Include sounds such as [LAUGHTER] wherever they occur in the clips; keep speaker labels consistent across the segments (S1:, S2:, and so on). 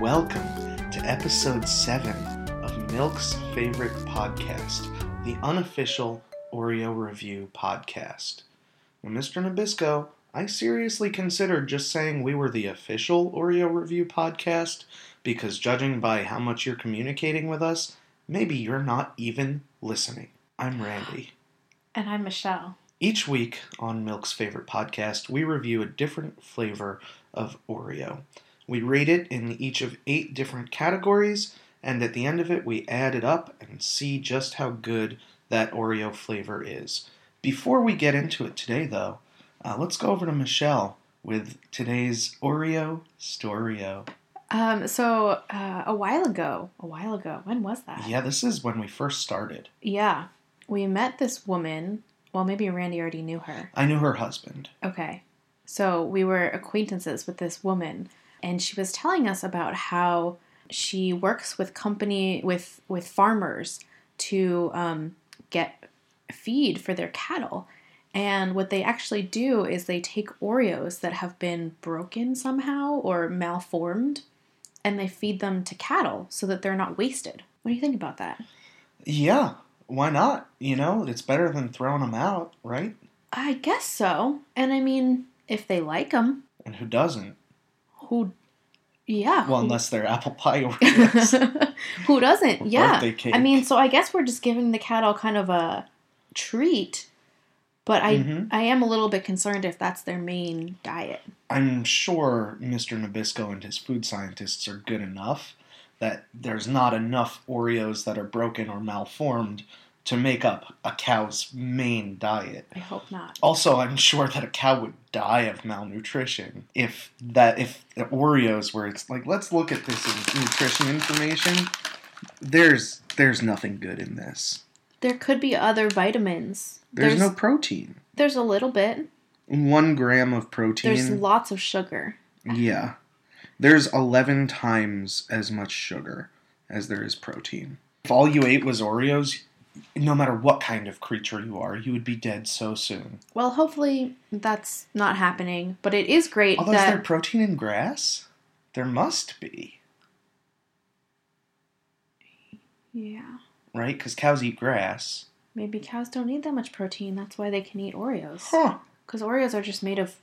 S1: welcome to episode 7 of Milk's favorite podcast, the unofficial Oreo Review podcast. Now, Mr. Nabisco, I seriously considered just saying we were the official Oreo Review podcast because, judging by how much you're communicating with us, maybe you're not even listening. I'm Randy.
S2: And I'm Michelle.
S1: Each week on Milk's Favorite Podcast, we review a different flavor of Oreo. We rate it in each of eight different categories, and at the end of it, we add it up and see just how good that Oreo flavor is. Before we get into it today, though, uh, let's go over to Michelle with today's Oreo Storio.
S2: Um, so uh, a while ago, a while ago, when was that?
S1: Yeah, this is when we first started.
S2: Yeah, we met this woman. Well, maybe Randy already knew her.
S1: I knew her husband.
S2: Okay, so we were acquaintances with this woman, and she was telling us about how she works with company with with farmers to um, get feed for their cattle. And what they actually do is they take Oreos that have been broken somehow or malformed and they feed them to cattle so that they're not wasted. What do you think about that?
S1: Yeah, why not? You know, it's better than throwing them out, right?
S2: I guess so. And I mean, if they like them,
S1: And who doesn't?
S2: who, yeah.
S1: Well,
S2: who-
S1: unless they're apple
S2: [LAUGHS]
S1: pie Oreos.
S2: who doesn't?
S1: Or
S2: yeah.
S1: birthday cake.
S2: I mean, so I guess we're just giving the cattle kind of a treat, but I
S1: Mhm.
S2: I am a little bit concerned if that's their main diet.
S1: I'm sure Mr. Nabisco and his food scientists are good enough that there's not enough Oreos that are broken or malformed to make up a cow's main diet.
S2: I hope not.
S1: Also, I'm sure that a cow would die of malnutrition if that if the Oreos were it's like let's look at this in- nutrition information. There's there's nothing good in this.
S2: There could be other vitamins.
S1: There's, no protein.
S2: there's a little bit.
S1: One gram of protein.
S2: There's lots of sugar.
S1: Yeah. There's 11 times as much sugar as there is protein. If all you ate was Oreos, no matter what kind of creature you are, you would be dead so soon.
S2: Well, hopefully that's not happening, but it is great
S1: Although, is
S2: that
S1: there protein in grass? There must be,
S2: yeah,
S1: right? Because cows eat grass.
S2: maybe cows don't need that much protein. That's why they can eat Oreos.
S1: Huh.
S2: Cuz Oreos are just made of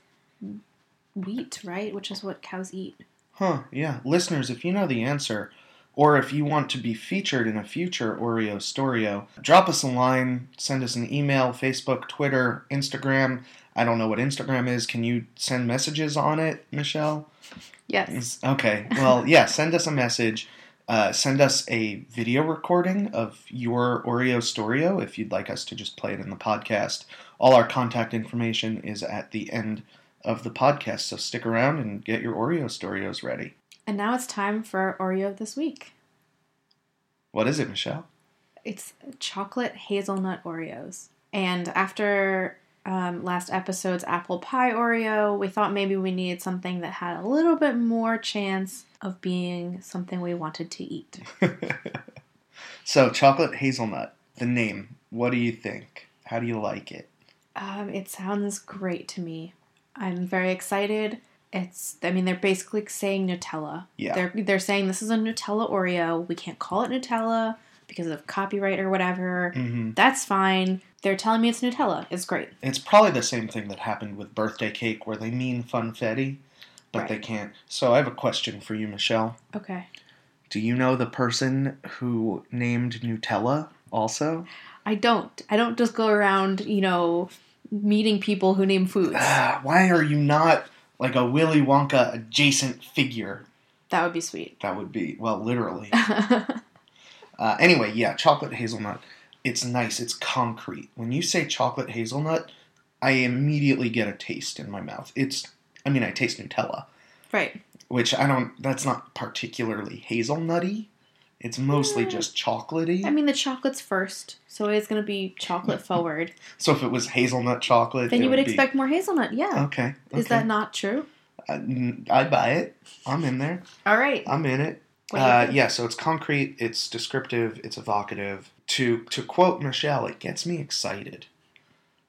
S2: wheat, right? Which is what cows eat.
S1: Huh. Yeah. Listeners, if you know the answer, or if you want to be featured in a future Oreo Storio, drop us a line, send us an email, Facebook, Twitter, Instagram. I don't know what Instagram is. Can you send messages on it, Michelle?
S2: Yes.
S1: Is- Okay. Well, yeah, send us a message. Uh, send us a video recording of your Oreo Storio if you'd like us to just play it in the podcast. All our contact information is at the end of the podcast, so stick around and get your Oreo Storios ready.
S2: And now it's time for our Oreo of this week.
S1: What is it, Michelle?
S2: It's chocolate hazelnut Oreos. And after um, last episode's apple pie Oreo, we thought maybe we needed something that had a little bit more chance of being something we wanted to eat.
S1: So, chocolate hazelnut, the name. What do you think? How do you like it?
S2: Um, it sounds great to me. I'm very excited. It's I mean they're basically saying Nutella.
S1: Yeah.
S2: They're they're saying this is a Nutella Oreo. We can't call it Nutella because of copyright or whatever.
S1: hmm
S2: That's fine. They're telling me it's Nutella. It's great.
S1: It's probably the same thing that happened with birthday cake, where they mean funfetti, but they
S2: Right.
S1: can't. So, I have a question for you, Michelle.
S2: Okay.
S1: Do you know the person who named Nutella also? [SIGHS]
S2: I don't. I don't just go around, you know, meeting people who name [SIGHS] foods.
S1: Ah, why are you not like a Willy Wonka adjacent figure?
S2: That would be sweet. [LAUGHS]
S1: That would be, well, literally.
S2: I
S1: Uh, anyway, yeah, chocolate hazelnut. It's nice. It's concrete. When you say chocolate hazelnut, I immediately get a taste in my mouth. It's, I mean, I taste Nutella,
S2: Right.
S1: which I don't. That's not particularly hazelnutty. It's mostly
S2: Yeah.
S1: just chocolatey.
S2: Mm. mean the chocolate's first, so it's gonna be [LAUGHS] chocolate forward.
S1: so if it was hazelnut chocolate,
S2: then
S1: it
S2: you would
S1: be-
S2: expect more hazelnut, yeah.
S1: Okay,
S2: Is that not true?
S1: I buy it. I'm in there.
S2: All right.
S1: I'm in it.
S2: What do you
S1: Uh,
S2: think?
S1: yeah, so it's concrete. It's descriptive. It's evocative. To to quote Michelle, it gets me excited.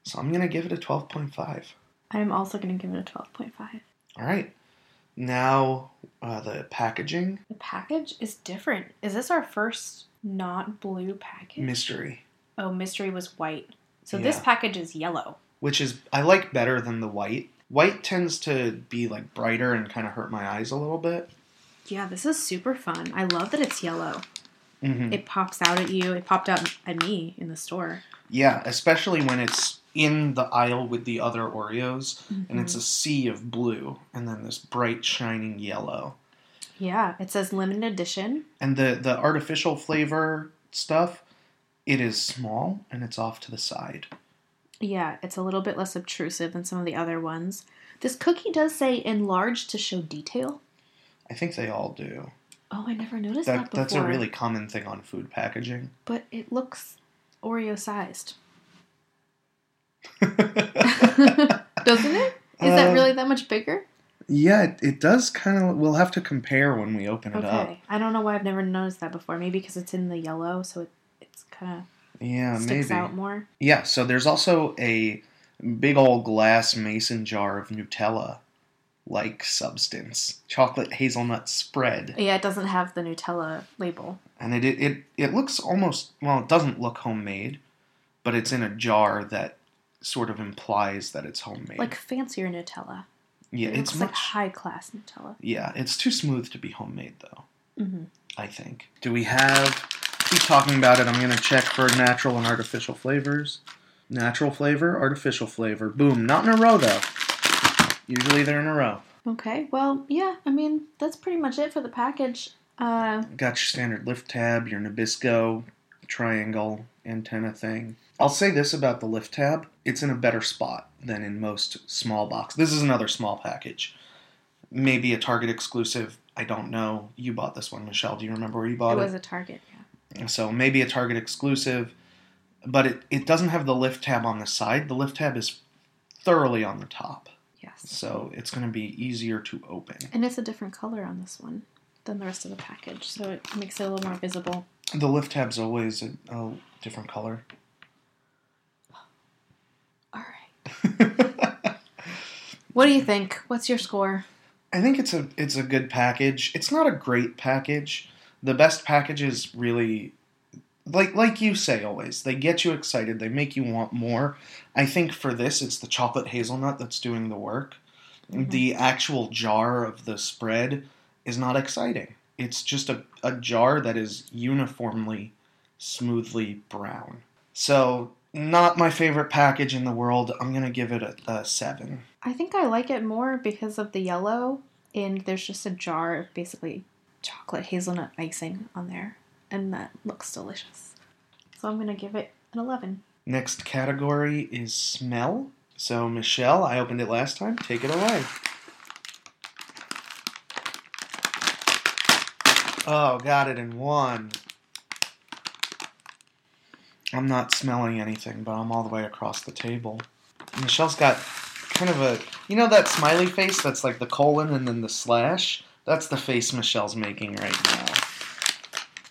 S1: So I'm gonna give it a twelve point five.
S2: I'm also gonna give it a twelve point five.
S1: All right. Now uh, the packaging
S2: The package is different. Is this our first not blue package?
S1: mystery,
S2: oh, mystery was white. So this
S1: Yeah.
S2: package is yellow.
S1: which is I like better than the white. White tends to be like brighter and kind of hurt my eyes a little bit.
S2: Yeah, this is super fun. I love that it's yellow.
S1: hmm
S2: It pops out at you. It popped out at me in the store.
S1: Yeah, especially when it's in the aisle with the other Oreos and it's
S2: Mhm.
S1: a sea of blue and then this bright shining yellow.
S2: yeah, it says limited edition.
S1: And the the artificial flavor stuff, it is small and it's off to the side.
S2: Yeah, it's a little bit less obtrusive than some of the other ones. This cookie does say enlarge to show detail.
S1: I think they all do.
S2: Oh, I never noticed that,
S1: That
S2: before.
S1: that's a really common thing on food
S2: [LAUGHS]
S1: packaging.
S2: But it looks
S1: [LAUGHS]
S2: Oreo sized. [LAUGHS] Doesn't it? Is that
S1: Um,
S2: really that much bigger?
S1: Yeah, it, it does kind of. We'll have to compare when we open it up.
S2: Okay. I don't know why I've never noticed that before. Maybe because it's in the yellow, so it it's kind
S1: Yeah,
S2: of sticks
S1: Uh, maybe.
S2: out more.
S1: Yeah, so there's also a big old glass mason jar of Nutella like substance, chocolate hazelnut spread.
S2: Yeah, it doesn't have the Nutella label.
S1: And it, it, it, it looks almost, well, it doesn't look homemade, but it's in a jar that sort of implies that it's homemade.
S2: Like fancier Nutella.
S1: yeah,
S2: it
S1: it's
S2: looks
S1: much.
S2: like high class Nutella.
S1: yeah, it's too smooth to be homemade, though,
S2: Mm-hmm.
S1: I think. Do we have. Keep talking about it. I'm going to check for natural and artificial flavors. Natural flavor, artificial flavor. Boom. Not in a row, though. Usually they're in a row.
S2: Okay, well, yeah, I mean, that's pretty much it for the package. Uh,
S1: got your standard lift tab, your Nabisco triangle antenna thing. I'll say this about the lift tab it's in a better spot than in most small box. This is another small package. Maybe a Target exclusive. I don't know. You bought this one, Michelle. Do you remember where you
S2: it
S1: bought
S2: was a Target, yeah.
S1: so maybe a Target exclusive, but it, it doesn't have the lift tab on the side. The lift tab is thoroughly on the top,
S2: Yes.
S1: so it's going to be easier to open.
S2: And it's a different color on this one than the rest of the package, so it makes it a little more visible.
S1: The lift tab's always a, a different color.
S2: All right. what do you think? What's your score?
S1: I think it's a it's a good package. It's not a great package. The best packages really like like you say always, they get you excited, they make you want more. I think for this it's the chocolate hazelnut that's doing the work.
S2: Mhm.
S1: The actual jar of the spread is not exciting. It's just a, a jar that is uniformly smoothly brown. So not my favorite package in the world. I'm gonna give it a, a seven.
S2: I think I like it more because of the yellow, and there's just a jar of basically chocolate hazelnut icing on there, and that looks delicious. So I'm gonna give it an 11.
S1: Next category is smell. So, Michelle, I opened it last time. Take it away. Oh, got it in one. I'm not smelling anything, but I'm all the way across the table. Michelle's got kind of a. You know that smiley face that's like the colon and then the slash? That's the face Michelle's making right now.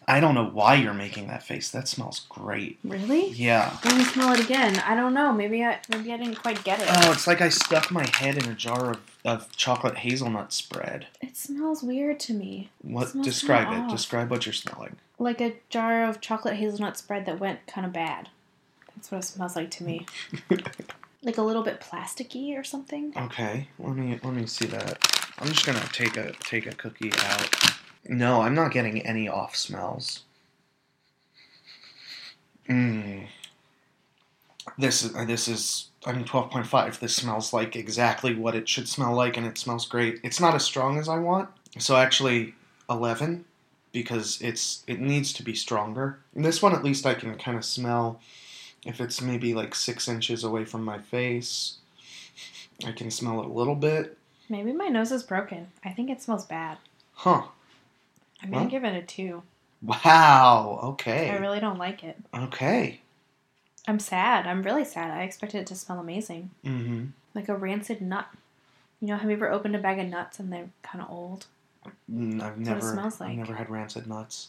S1: I don't know why you're making that face. That smells great.
S2: Really?
S1: Yeah.
S2: Let me smell it again. I don't know. Maybe I maybe I didn't quite get it.
S1: Oh, it's like I stuck my head in a jar of, of chocolate hazelnut spread.
S2: it smells weird to me.
S1: What?
S2: Smells
S1: describe
S2: kinda
S1: it.
S2: off.
S1: Describe what you're smelling.
S2: Like a jar of chocolate hazelnut spread that went kind of bad. That's what it smells like to
S1: [LAUGHS]
S2: me. like a little bit plasticky or something.
S1: Okay, let me let me see that. I'm just gonna take a take a cookie out. No, I'm not getting any off smells. Mmm. This is this is I mean 12.5. This smells like exactly what it should smell like, and it smells great. It's not as strong as I want, so actually 11 because it's it needs to be stronger. And this one at least I can kind of smell if it's maybe like six inches away from my face. I can smell it a little bit.
S2: Maybe my nose is broken. I think it smells bad.
S1: Huh.
S2: I'm gonna
S1: Well,
S2: give it a two.
S1: Wow. Okay.
S2: I really don't like it.
S1: okay.
S2: I'm sad. I'm really sad. I expected it to smell amazing.
S1: Mm-hmm.
S2: Like a rancid nut. You know, have you ever opened a bag of nuts and they're kind of old?
S1: Mm, I've
S2: That's what it
S1: never.
S2: smells like.
S1: I've never had rancid nuts.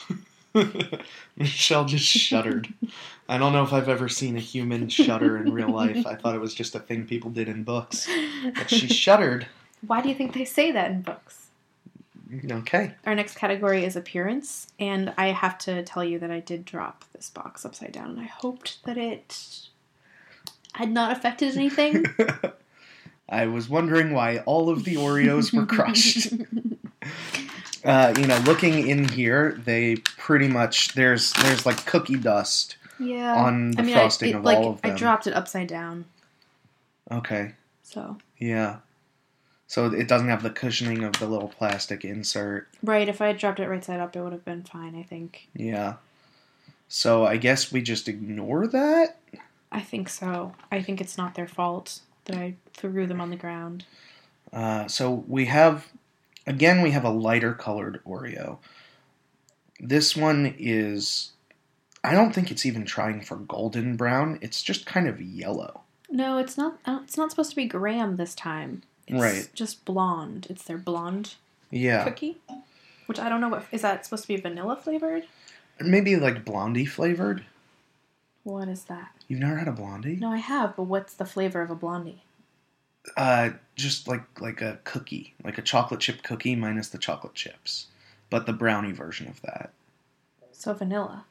S1: [LAUGHS] Michelle just shuddered. I don't know if I've ever seen a human shudder in real life. I thought it
S2: [LAUGHS]
S1: was just a thing people did in books, but she shuddered.
S2: Why do you think they say that in books?
S1: Okay.
S2: Our next category is appearance, and I have to tell you that I did drop this box upside down, and I hoped that it had not
S1: [LAUGHS]
S2: affected anything.
S1: I was wondering why all of the Oreos were
S2: [LAUGHS]
S1: crushed. Uh, you know, looking in here, they pretty much there's there's like cookie dust
S2: yeah.
S1: on the
S2: I mean, I,
S1: frosting
S2: it,
S1: of
S2: like
S1: all of them.
S2: I dropped it upside down,
S1: okay.
S2: so
S1: Yeah. So it doesn't have the cushioning of the little plastic insert.
S2: right. If I had dropped it right side up, it would have been fine. I think.
S1: Yeah. So I guess we just ignore that.
S2: I think so. I think it's not their fault that I threw them on the ground.
S1: Uh, so we have, again, we have a lighter colored Oreo. This one is, I don't think it's even trying for golden brown. It's just kind of yellow.
S2: No, it's not. I don't- It's not supposed to be graham this time. It's
S1: Right.
S2: Just blonde. It's their blonde
S1: Yeah.
S2: cookie, which I don't know what is that supposed to be vanilla flavored.
S1: Maybe like blondie flavored.
S2: What is that?
S1: You've never had a blondie?
S2: No, I have, but what's the flavor of a blondie?
S1: Uh, just like like a cookie, like a chocolate chip cookie minus the chocolate chips, but the brownie version of that.
S2: So vanilla.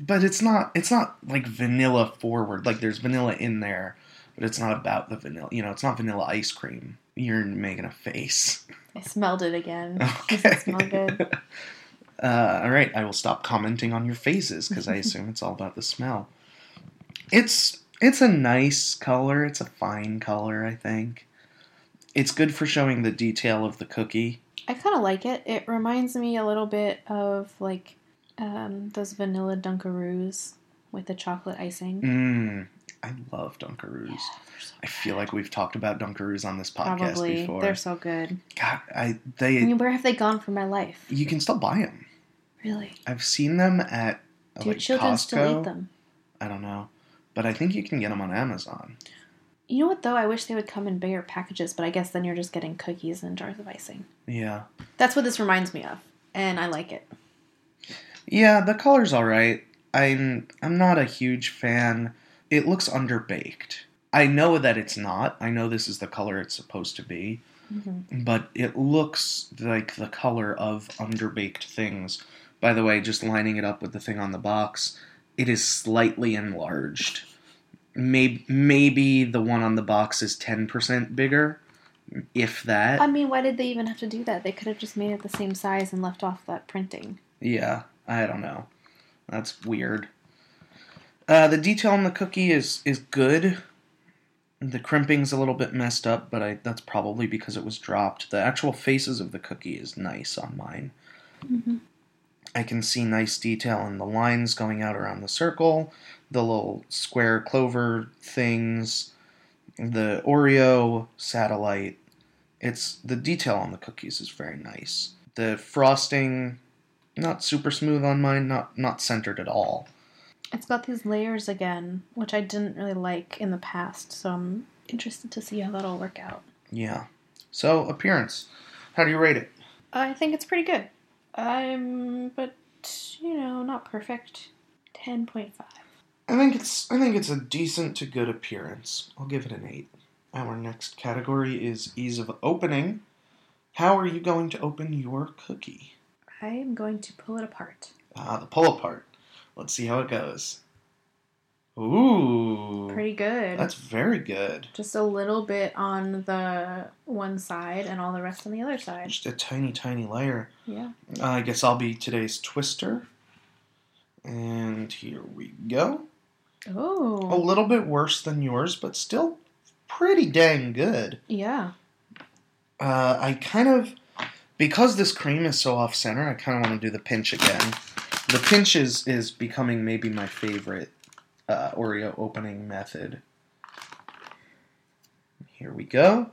S1: But it's not it's not like vanilla forward. Like there's vanilla in there, but it's not about the vanilla. You know, it's not vanilla ice cream. You're making a face.
S2: I smelled
S1: [LAUGHS]
S2: it again. [LAUGHS] Does it smell
S1: Okay.
S2: good?
S1: Uh, all right, I will stop commenting on your faces because I assume it's all about the smell. It's it's a nice color. It's a fine color, I think. It's good for showing the detail of the cookie.
S2: I kind of like it. It reminds me a little bit of like um, those vanilla Dunkaroos with the chocolate icing.
S1: Mmm. I love Dunkaroos.
S2: Yeah, they're so
S1: I feel like we've talked about Dunkaroos on this Mm. podcast
S2: Probably.
S1: before.
S2: They're so good.
S1: God, I
S2: I
S1: they
S2: mean, where have they gone for my life?
S1: you can still buy them.
S2: Really?
S1: I've seen them at uh,
S2: Do
S1: like
S2: children
S1: Costco.
S2: still eat them?
S1: I don't know, but I think you can get them on Amazon.
S2: You know what though? I wish they would come in bigger packages, but I guess then you're just getting cookies and jars of icing.
S1: Yeah,
S2: That's what this reminds me of, and I like it.
S1: yeah. The color's all right. I'm I'm not a huge fan. It looks underbaked. I know that it's not. I know this is the color it's supposed to be. Mm-hmm. but it looks like the color of underbaked things. By the way, just lining it up with the thing on the box, it is slightly enlarged. Maybe maybe the one on the box is ten percent bigger, if that.
S2: I mean, why did they even have to do that? They could have just made it the same size and left off that printing.
S1: yeah, I don't know. That's weird. Uh, the detail on the cookie is is good. The crimping's a little bit messed up, but I, that's probably because it was dropped. The actual faces of the cookie is nice on mine.
S2: Mm-hmm.
S1: I can see nice detail in the lines going out around the circle, the little square clover things, the Oreo satellite. It's the detail on the cookies is very nice. The frosting not super smooth on mine, not not centered at all.
S2: It's got these layers again, which I didn't really like in the past, so I'm interested to see how that'll work out.
S1: Yeah. So, appearance. How do you rate it?
S2: I think it's pretty good. I'm, but you know, not perfect. Ten point five.
S1: I think it's I think it's a decent to good appearance. I'll give it an eight. Our next category is ease of opening. How are you going to open your cookie?
S2: I am going to pull it apart.
S1: Ah, the pull apart. Let's see how it goes. Ooh,
S2: Pretty good.
S1: that's very good.
S2: Just a little bit on the one side and all the rest on the other side.
S1: Just a tiny, tiny layer. Uh,
S2: Yeah.
S1: I guess I'll be today's twister. And here we go. A
S2: Oh.
S1: little bit worse than yours, but still pretty dang good.
S2: Yeah.
S1: Uh, I kind of, because this cream is so off center, I kind of want to do the pinch again. The pinch is, is becoming maybe my favorite uh, Oreo opening method. Here we go.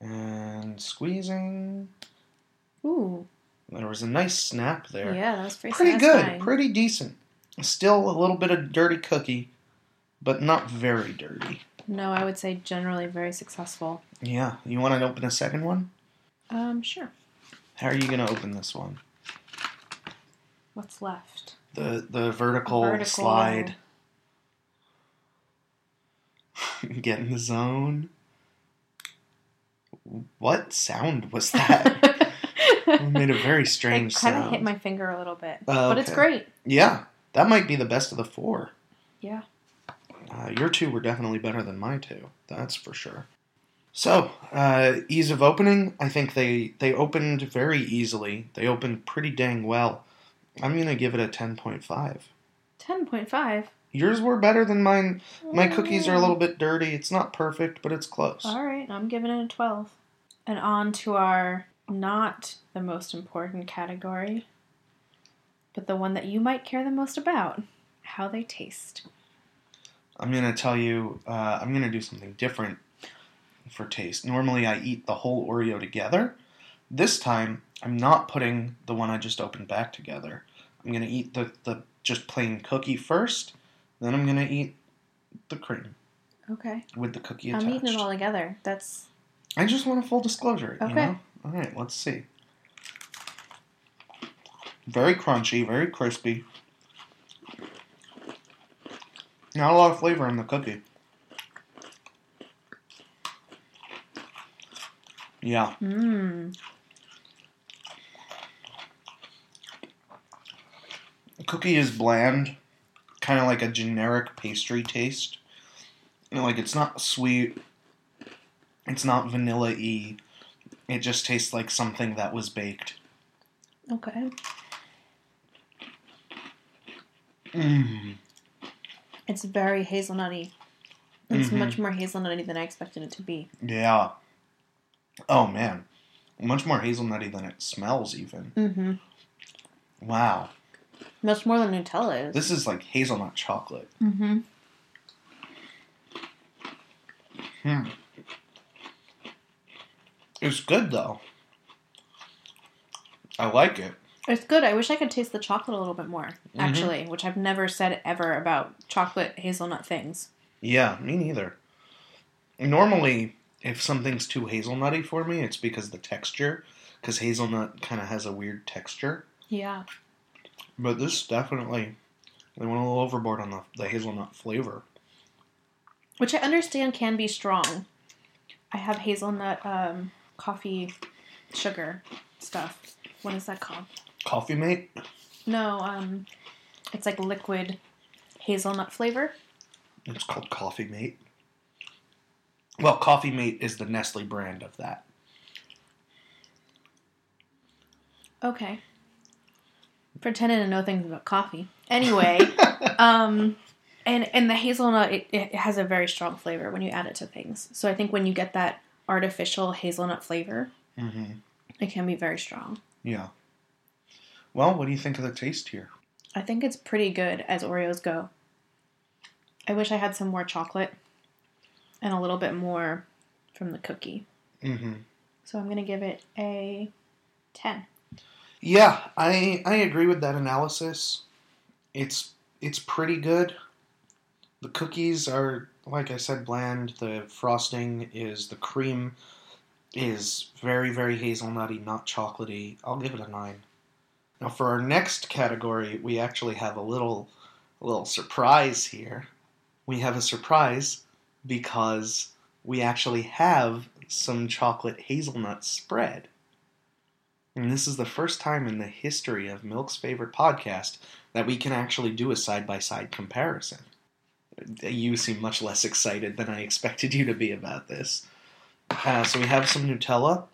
S1: And squeezing.
S2: Ooh.
S1: There was a nice snap there.
S2: Yeah, that was pretty,
S1: pretty
S2: satisfying.
S1: good, pretty decent. Still a little bit of dirty cookie, but not very dirty.
S2: No, I would say generally very successful.
S1: Yeah, you want to open a second one?
S2: Um, sure.
S1: How are you going to open this one? [LAUGHS]
S2: What's left?
S1: The the vertical,
S2: Vertical.
S1: slide. [LAUGHS] Get in the zone. what sound
S2: [LAUGHS]
S1: was that? it made a very
S2: It
S1: strange
S2: kind of
S1: sound.
S2: hit my finger a little bit,
S1: Oh,
S2: but it's
S1: okay.
S2: great.
S1: yeah, that might be the best of the four.
S2: Yeah.
S1: Uh, your two were definitely better than my two. That's for sure. So uh, ease of opening, I think they they opened very easily. They opened pretty dang well. I'm gonna give it a ten point five.
S2: Ten point five.
S1: Yours were better than mine. My cookies are a little bit dirty. It's not perfect, but it's close.
S2: All right, I'm giving it a twelve. And on to our not the most important category, but the one that you might care the most about: how they taste.
S1: I'm gonna tell you, uh, I'm gonna do something different for taste. Normally, I eat the whole Oreo together. This time, I'm not putting the one I just opened back together. I'm gonna eat the, the just plain cookie first, then I'm gonna eat the cream
S2: Okay.
S1: with the cookie attached.
S2: I'm eating it all together. That's
S1: I just want a full disclosure. You
S2: Okay.
S1: know? All right, let's see. Very crunchy, very crispy. Not a lot of flavor in the cookie. Yeah,
S2: mmm.
S1: cookie is bland, kind of like a generic pastry taste. You know, like it's not sweet, it's not vanilla y. It just tastes like something that was baked.
S2: Okay.
S1: Mmm.
S2: It's very hazelnutty. It's
S1: Mhm.
S2: much more hazelnutty than I expected it to be.
S1: Yeah. Oh man, much more hazelnutty than it smells. Even
S2: Mm-hmm.
S1: wow,
S2: Much more than Nutella is.
S1: this is like hazelnut chocolate.
S2: mm-hmm.
S1: Hmm. It's good though. I like it.
S2: It's good. I wish I could taste the chocolate a little bit more, actually, which I've never said ever about chocolate hazelnut things.
S1: Yeah, me neither. Normally, if something's too hazelnutty for me, it's because the texture. Because hazelnut kind of has a weird texture.
S2: Yeah.
S1: But this definitely, they went a little overboard on the, the hazelnut flavor.
S2: Which I understand can be strong. I have hazelnut um, coffee sugar stuff. What is that called?
S1: Coffee mate?
S2: No, um, it's like liquid hazelnut flavor.
S1: It's called Coffee Mate. Well, Coffee Mate is the Nestle brand of that.
S2: Okay. Pretending to know things about coffee. Anyway, um, and and the hazelnut it, it has a very strong flavor when you add it to things. So I think when you get that artificial hazelnut flavor,
S1: Mm-hmm.
S2: it can be very strong.
S1: Yeah. Well, what do you think of the taste here?
S2: I think it's pretty good as Oreos go. I wish I had some more chocolate and a little bit more from the cookie.
S1: Mm-hmm.
S2: So I'm gonna give it a ten.
S1: Yeah, I I agree with that analysis. It's it's pretty good. The cookies are like I said bland. The frosting is the cream is very very hazelnutty, not chocolatey. I'll give it a 9. Now for our next category, we actually have a little a little surprise here. We have a surprise because we actually have some chocolate hazelnut spread. And this is the first time in the history of Milk's favorite podcast that we can actually do a side by side comparison. You seem much less excited than I expected you to be about this. Uh, so we have some Nutella.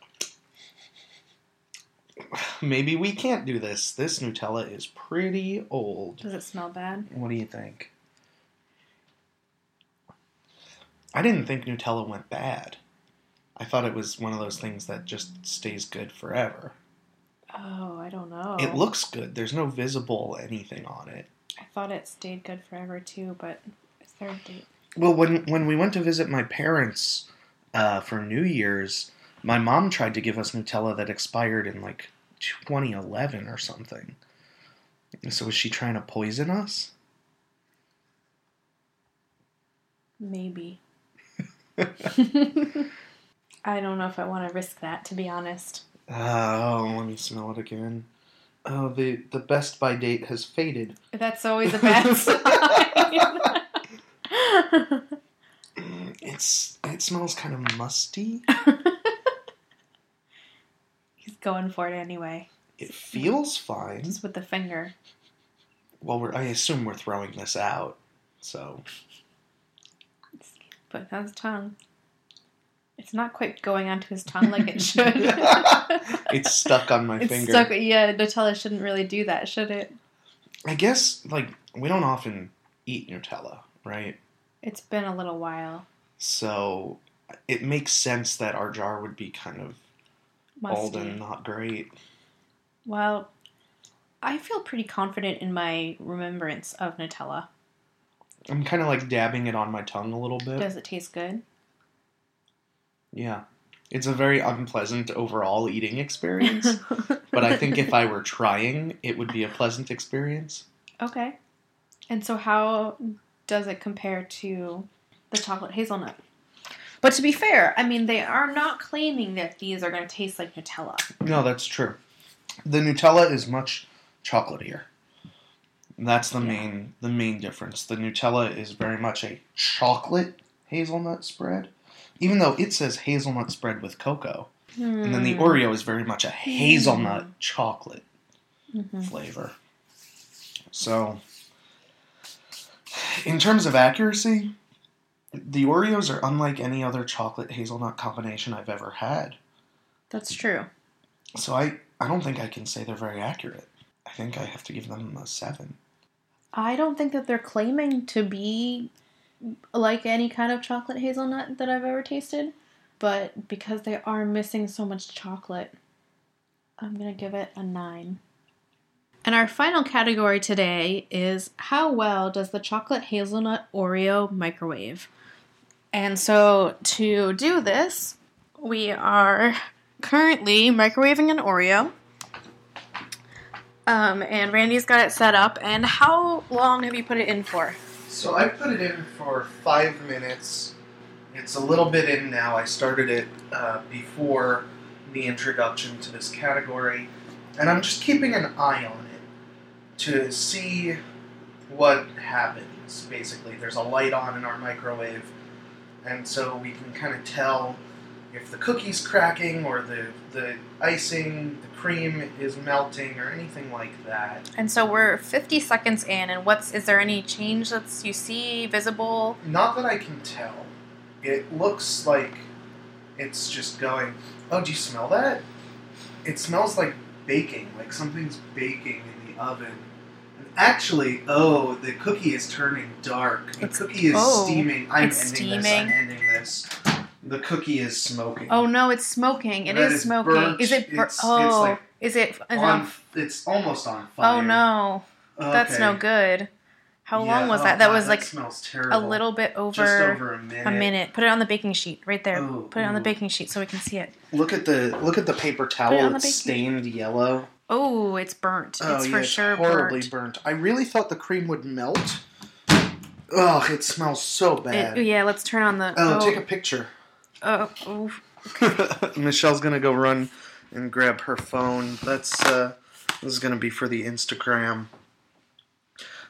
S1: Maybe we can't do this. This Nutella is pretty old.
S2: Does it smell bad?
S1: What do you think? I didn't think Nutella went bad. I thought it was one of those things that just stays good forever.
S2: Oh, I don't know.
S1: It looks good. There's no visible anything on it.
S2: I thought it stayed good forever too, but it's third date.
S1: Well, when when we went to visit my parents uh, for New Year's, my mom tried to give us Nutella that expired in like 2011 or something. So was she trying to poison us?
S2: Maybe. I don't know if I want to risk that, to be honest.
S1: Oh, let me smell it again. Oh, the the Best by date has faded.
S2: That's always a bad [LAUGHS] sign.
S1: Mm, It's it smells kind of musty.
S2: going for it anyway.
S1: It feels fine.
S2: Just with the finger.
S1: Well, we're, I assume we're throwing this out.
S2: [LAUGHS]
S1: So,
S2: But on his tongue. It's not quite going onto his tongue like it should.
S1: It's stuck on my
S2: it's
S1: finger.
S2: stuck. Yeah, Nutella shouldn't really do that, should it?
S1: I guess, like, we don't often eat Nutella, right?
S2: It's been a little while.
S1: So it makes sense that our jar would be kind of old and not great.
S2: Well, I feel pretty confident in my remembrance of Nutella.
S1: I'm kind of like dabbing it on my tongue a little bit.
S2: Does it taste good?
S1: Yeah. It's a very unpleasant overall eating [LAUGHS] experience, but I think if I were trying, it would be a pleasant experience.
S2: [LAUGHS] okay. And so, how does it compare to the chocolate hazelnut? But to be fair, I mean, they are not claiming that these are going to taste like Nutella.
S1: No, that's true. The Nutella is much chocolatier. That's the
S2: Yeah.
S1: main the main difference. The Nutella is very much a chocolate hazelnut spread, even though it says hazelnut spread with cocoa. And
S2: Mm.
S1: then the Oreo is very much a hazelnut chocolate
S2: Mhm.
S1: flavor. So, in terms of accuracy, the Oreos are unlike any other chocolate hazelnut combination I've ever had.
S2: That's true.
S1: So I, I don't think I can say they're very accurate. I think I have to give them a seven.
S2: I don't think that they're claiming to be like any kind of chocolate hazelnut that I've ever tasted, but because they are missing so much chocolate, I'm going to give it a 9. And our final category today is how well does the chocolate hazelnut Oreo microwave? And so to do this, we are currently microwaving an Oreo. Um, and Randy's got it set up. And how long have you put it in for?
S1: So I put it in for five minutes. It's a little bit in now. I started it uh, before the introduction to this category, and I'm just keeping an eye on it to see what happens. Basically, there's a light on in our microwave, and so we can kind of tell if the cookie's cracking or the the icing, the cream is melting, or anything like that.
S2: And so we're 50 seconds in, and what's is there any change that's you see visible?
S1: Not that I can tell. It looks like it's just going, oh, do you smell that? It smells like baking, like something's baking in the oven. And actually, oh, the cookie is turning dark. The
S2: It's-
S1: cookie is
S2: oh,
S1: steaming. I'm
S2: it's
S1: ending this. I'm
S2: steaming.
S1: ending this. The cookie is smoking.
S2: Oh no, it's smoking. It
S1: That
S2: is
S1: is
S2: smoking.
S1: burnt.
S2: Is it? Bur-
S1: It's- it's
S2: oh,
S1: like
S2: is it? Is it
S1: On-
S2: on,
S1: it's almost on fire.
S2: oh no, that's
S1: Okay.
S2: no good. How
S1: Yeah,
S2: long was
S1: oh
S2: that? That
S1: God,
S2: was like
S1: smells
S2: a
S1: terrible.
S2: little bit over,
S1: Just over a minute.
S2: a minute. Put it on the baking sheet right there.
S1: Oh,
S2: Put it on the
S1: ooh.
S2: baking sheet so we can see it.
S1: Look at the look at the paper towel.
S2: on the
S1: it's
S2: baking-
S1: stained yellow.
S2: Oh, it's burnt. it's
S1: yeah,
S2: for sure
S1: horribly
S2: burnt.
S1: burnt. I really thought the cream would melt. Ugh, it smells so bad.
S2: It- yeah, let's turn on the.
S1: oh, take a picture.
S2: oh, oh.
S1: [LAUGHS] Michelle's gonna go run and grab her phone. That's uh, this is gonna be for the Instagram.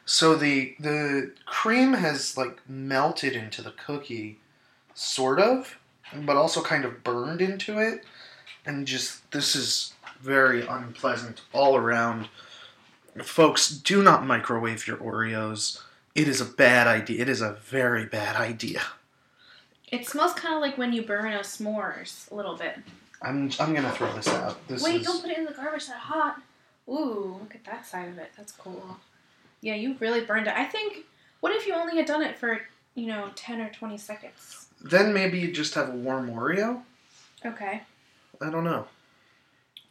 S1: So the the cream has like melted into the cookie, sort of, but also kind of burned into it, and just this is very unpleasant all around. Folks, do not microwave your Oreos. It is a bad idea. It is a very bad idea.
S2: It smells kind of like when you burn a s'mores a little bit.
S1: I'm I'm gonna throw this out. This
S2: Wait,
S1: is...
S2: don't put it in the garbage that hot. Ooh, look at that side of it. That's cool. Yeah, you really burned it. I think. What if you only had done it for you know ten or twenty seconds?
S1: Then maybe you just have a warm Oreo.
S2: Okay.
S1: I don't know.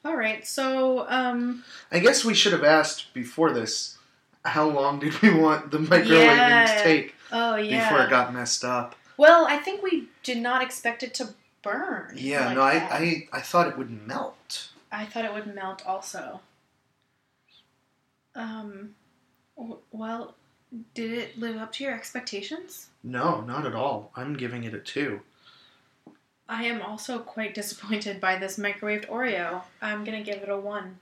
S2: All right. So um.
S1: I guess we should have asked before this. How long did we want the microwaving
S2: Yeah,
S1: to take
S2: Oh yeah.
S1: before it got messed up?
S2: well, I think we did not expect it to burn.
S1: Yeah,
S2: like
S1: no, I,
S2: that.
S1: I I thought it would melt.
S2: I thought it would melt also. Um. w- Well, did it live up to your expectations?
S1: No, not at all. I'm giving it a two.
S2: I am also quite disappointed by this microwaved Oreo. I'm gonna give it a one.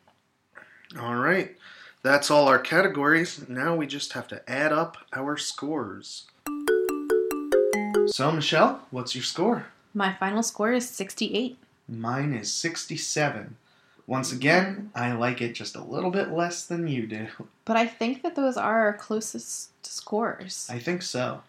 S1: All right, that's all our categories. Now we just have to add up our scores. So Michelle, what's your score?
S2: My final score is 68.
S1: Mine is sixty-seven. Once again, I like it just a little bit less than you do.
S2: But I think that those are our closest scores.
S1: I think so.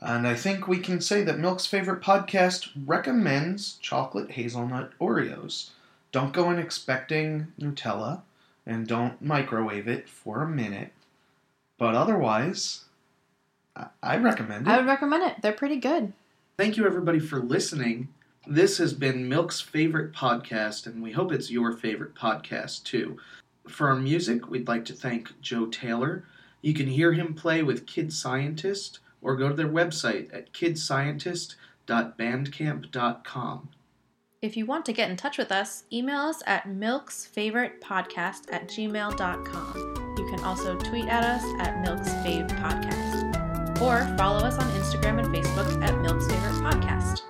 S1: And I think we can say that Milk's favorite podcast recommends chocolate hazelnut Oreos. Don't go in expecting Nutella and don't microwave it for a minute. But otherwise, I, I recommend it.
S2: I would recommend it. They're pretty good.
S1: Thank you, everybody, for listening. This has been Milk's favorite podcast, and we hope it's your favorite podcast too. For our music, we'd like to thank Joe Taylor. You can hear him play with Kid Scientist or go to their website at kidscientist.bandcamp.com.
S2: If you want to get in touch with us, email us at milksfavoritepodcast at gmail.com. You can also tweet at us at milksfavepodcast or follow us on Instagram and Facebook at milksfavoritepodcast. Podcast.